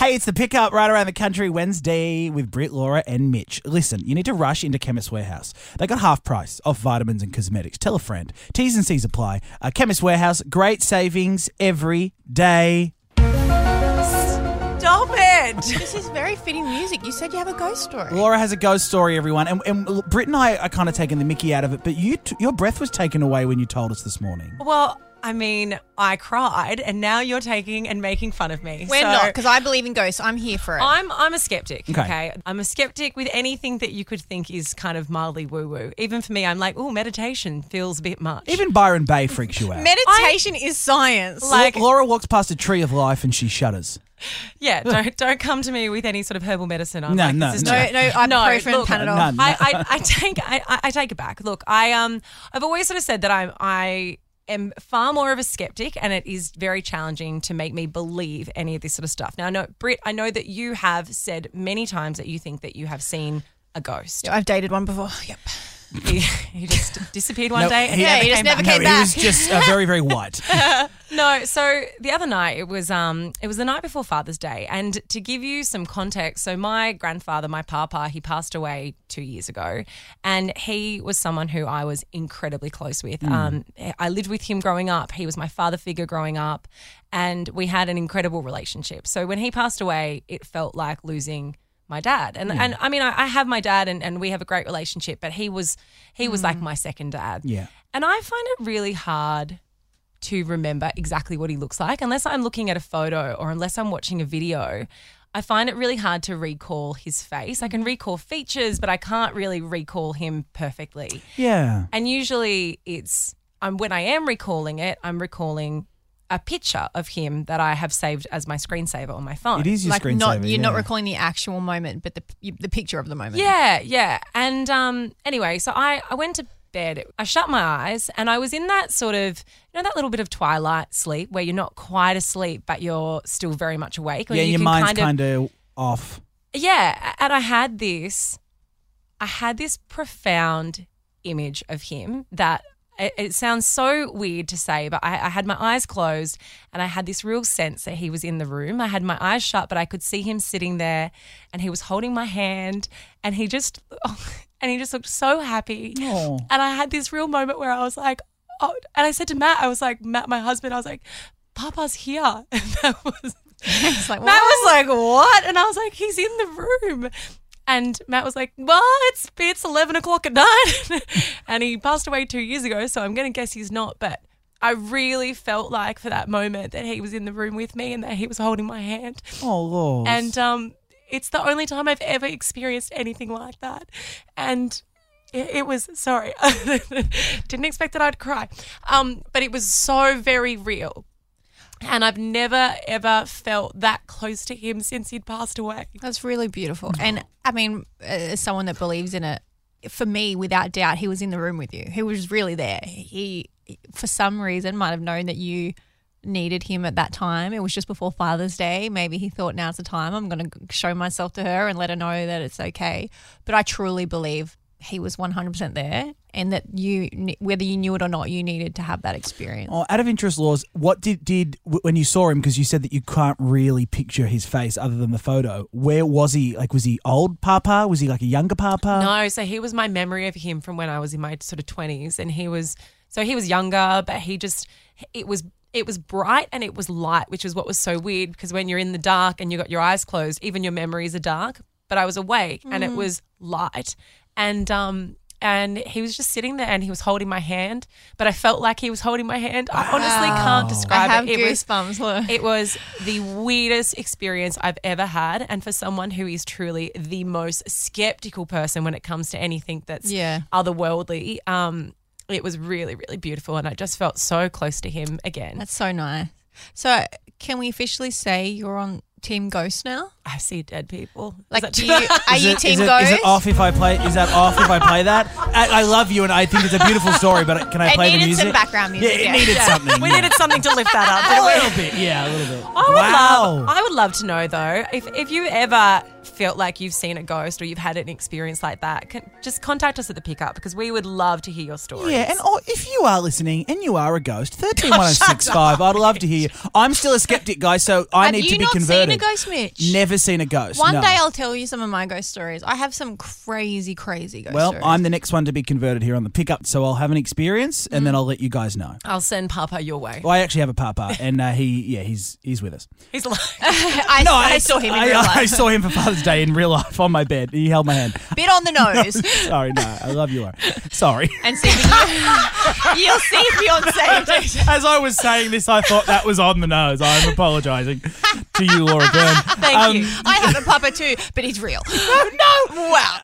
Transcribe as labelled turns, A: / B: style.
A: Hey, it's the pickup right around the country Wednesday with Britt, Laura, and Mitch. Listen, you need to rush into Chemist Warehouse. They got half price off vitamins and cosmetics. Tell a friend. T's and C's apply. Uh, Chemist Warehouse, great savings every day.
B: Stop it.
C: This is very fitting music. You said you have a ghost story.
A: Laura has a ghost story, everyone, and, and look, Britt and I are kind of taking the Mickey out of it. But you, t- your breath was taken away when you told us this morning.
B: Well, I mean, I cried, and now you're taking and making fun of me.
C: We're
B: So,
C: not, because I believe in ghosts. I'm here for it.
B: I'm I'm a skeptic.
A: Okay.
B: Okay. I'm a skeptic with anything that you could think is kind of mildly woo woo. Even for me, I'm like, oh, meditation feels a bit much.
A: Even Byron Bay freaks you out.
C: Meditation is science.
A: L-
B: like-
A: Laura walks past a tree of life and she shudders.
B: yeah, don't don't come to me with any sort of herbal medicine. I'm
A: No,
B: like,
A: no,
B: this is
C: no, no, ibuprofen,
B: look,
C: Panadol.
A: none.
B: I, I, I take I, I- I take it back. Look, I um I've always sort of said that I'm I am far more of a skeptic and it is very challenging to make me believe any of this sort of stuff. Now I know Britt, I know that you have said many times that you think that you have seen a ghost.
C: I've dated one before. Yep.
B: he, he just disappeared one
A: No,
B: day and
A: he-
C: Yeah,
B: never
C: he just
B: came
C: never
B: back.
C: came
A: no, he was
C: back.
A: just uh, very, very white.
B: No, so the other night it was um it was the night before Father's Day, and to give you some context, so my grandfather, my papa, he passed away two years ago, and he was someone who I was incredibly close with. Um, I lived with him growing up. He was my father figure growing up, and we had an incredible relationship. So when he passed away, it felt like losing my dad. And and I mean, I, I have my dad, and, and we have a great relationship, but he was he was like my second dad.
A: Yeah.
B: And I find it really hard to remember exactly what he looks like unless I'm looking at a photo or unless I'm watching a video. I find it really hard to recall his face. I can recall features, but I can't really recall him perfectly.
A: Yeah.
B: And usually it's I'm when I am recalling it, I'm recalling a picture of him that I have saved as my screensaver on my phone.
A: It is your
C: Like
A: screensaver.
C: not, you're not
A: yeah.
C: recalling the actual moment, but the you, the picture of the moment.
B: Yeah, yeah. And um, anyway, so I, I went to bed. I shut my eyes and I was in that sort of, you know, that little bit of twilight sleep where you're not quite asleep, but you're still very much awake. Or
A: Yeah,
B: you
A: your
B: can
A: mind's
B: kind of-
A: kind of off.
B: yeah, and I had this, I had this profound image of him that it, it sounds so weird to say, but I, I had my eyes closed and I had this real sense that he was in the room. I had my eyes shut, but I could see him sitting there, and he was holding my hand, and he just, and he just looked so happy.
A: Aw.
B: And I had this real moment where I was like, oh, and I said to Matt, I was like, Matt, my husband, I was like, Papa's here. And that was.
C: It's like,
B: Matt
C: what?
B: was like, "What?" And I was like, "He's in the room." And Matt was like, "Well, it's it's eleven o'clock at night," and he passed away two years ago, so I'm gonna guess he's not. But I really felt like for that moment that he was in the room with me and that he was holding my hand,
A: Oh, Lord.
B: and um, it's the only time I've ever experienced anything like that, and. It it was sorry, didn't expect that I'd cry, um, but it was so very real. And I've never ever felt that close to him since he'd passed away.
C: That's really beautiful. And I mean, uh, as someone that believes in it, for me, without doubt, he was in the room with you. He was really there. He, for some reason, might have known that you needed him at that time. It was just before Father's Day. Maybe he thought now's the time. I'm going to show myself to her and let her know that it's okay. But I truly believe he was 100% there and that you, kn- whether you knew it or not, you needed to have that experience.
A: Oh, out of interest, laws. What did did w- when you saw him? Because you said that you can't really picture his face other than the photo. Where was he? Like, was he old Papa? Was he like a younger Papa?
C: Uh-huh.
B: No, so he was my memory of him from when I was in my sort of twenties, and he was so he was younger, but he just it was it was bright and it was light, which is what was so weird because when you're in the dark and you got your eyes closed, even your memories are dark. But I was awake and
C: Mm.
B: it was light, and um and he was just sitting there and he was holding my hand, but I felt like he was holding my hand. I honestly can't
C: I
B: describe
C: have
B: it. It was
C: goosebumps. Look.
B: it was the weirdest experience I've ever had. And for someone who is truly the most skeptical person when it comes to anything that's
C: Yeah.
B: otherworldly, um, it was really, really beautiful. And I just felt so close to him again.
C: That's so nice. So, can we officially say you're on Team Ghost now?
B: I see dead people. Is
C: Like,
B: that
C: do
B: true?
C: you, are
A: Is
C: you
A: it-
C: team
A: is it,
C: ghost?
A: is it off if I play? Is that off if I play that? I, I love you, and I think it's a beautiful story. But can I
C: It
A: play the
C: needed
A: music?
C: some background music,
A: Yeah, it
C: yeah.
A: needed something.
B: we
A: yeah.
B: needed something to lift that up.
A: a
B: didn't we?
A: little bit. Yeah, a little bit.
B: I would
A: wow.
B: love. I would love to know though if if you ever felt like you've seen a ghost or you've had an experience like that, can, just contact us at the pickup because we would love to hear your story.
A: Yeah, and or if you are listening and you are a ghost, thirteen one zero six five. I'd love to hear you. I'm still a skeptic, guys, so I
C: Have
A: need
C: you
A: to be
C: not
A: converted.
C: seen a ghost, Mitch?
A: Never seen a ghost.
C: One
A: no.
C: day I'll tell you some of my ghost stories. I have some crazy, crazy ghost
A: Well,
C: stories.
A: I'm the next one to be converted here on the pickup, so I'll have an experience and
C: Mm.
A: then I'll let you guys know.
B: I'll send Papa your way.
A: Well, I actually have a papa, and uh, he, yeah, he's he's with us.
B: He's like,
C: I, Oh, I, saw him in
A: I,
C: real life.
A: I saw him for Father's Day in real life on my bed. He held my hand.
C: Bit on the nose.
A: Sorry, no, I love you, Laura. Sorry.
C: and see if you, will see fiance.
A: As I was saying this, I thought that was on the nose. I'm apologising to you, Laura Byrne. Um,
C: Thank you. I have a papa too, but he's real. no. Wow.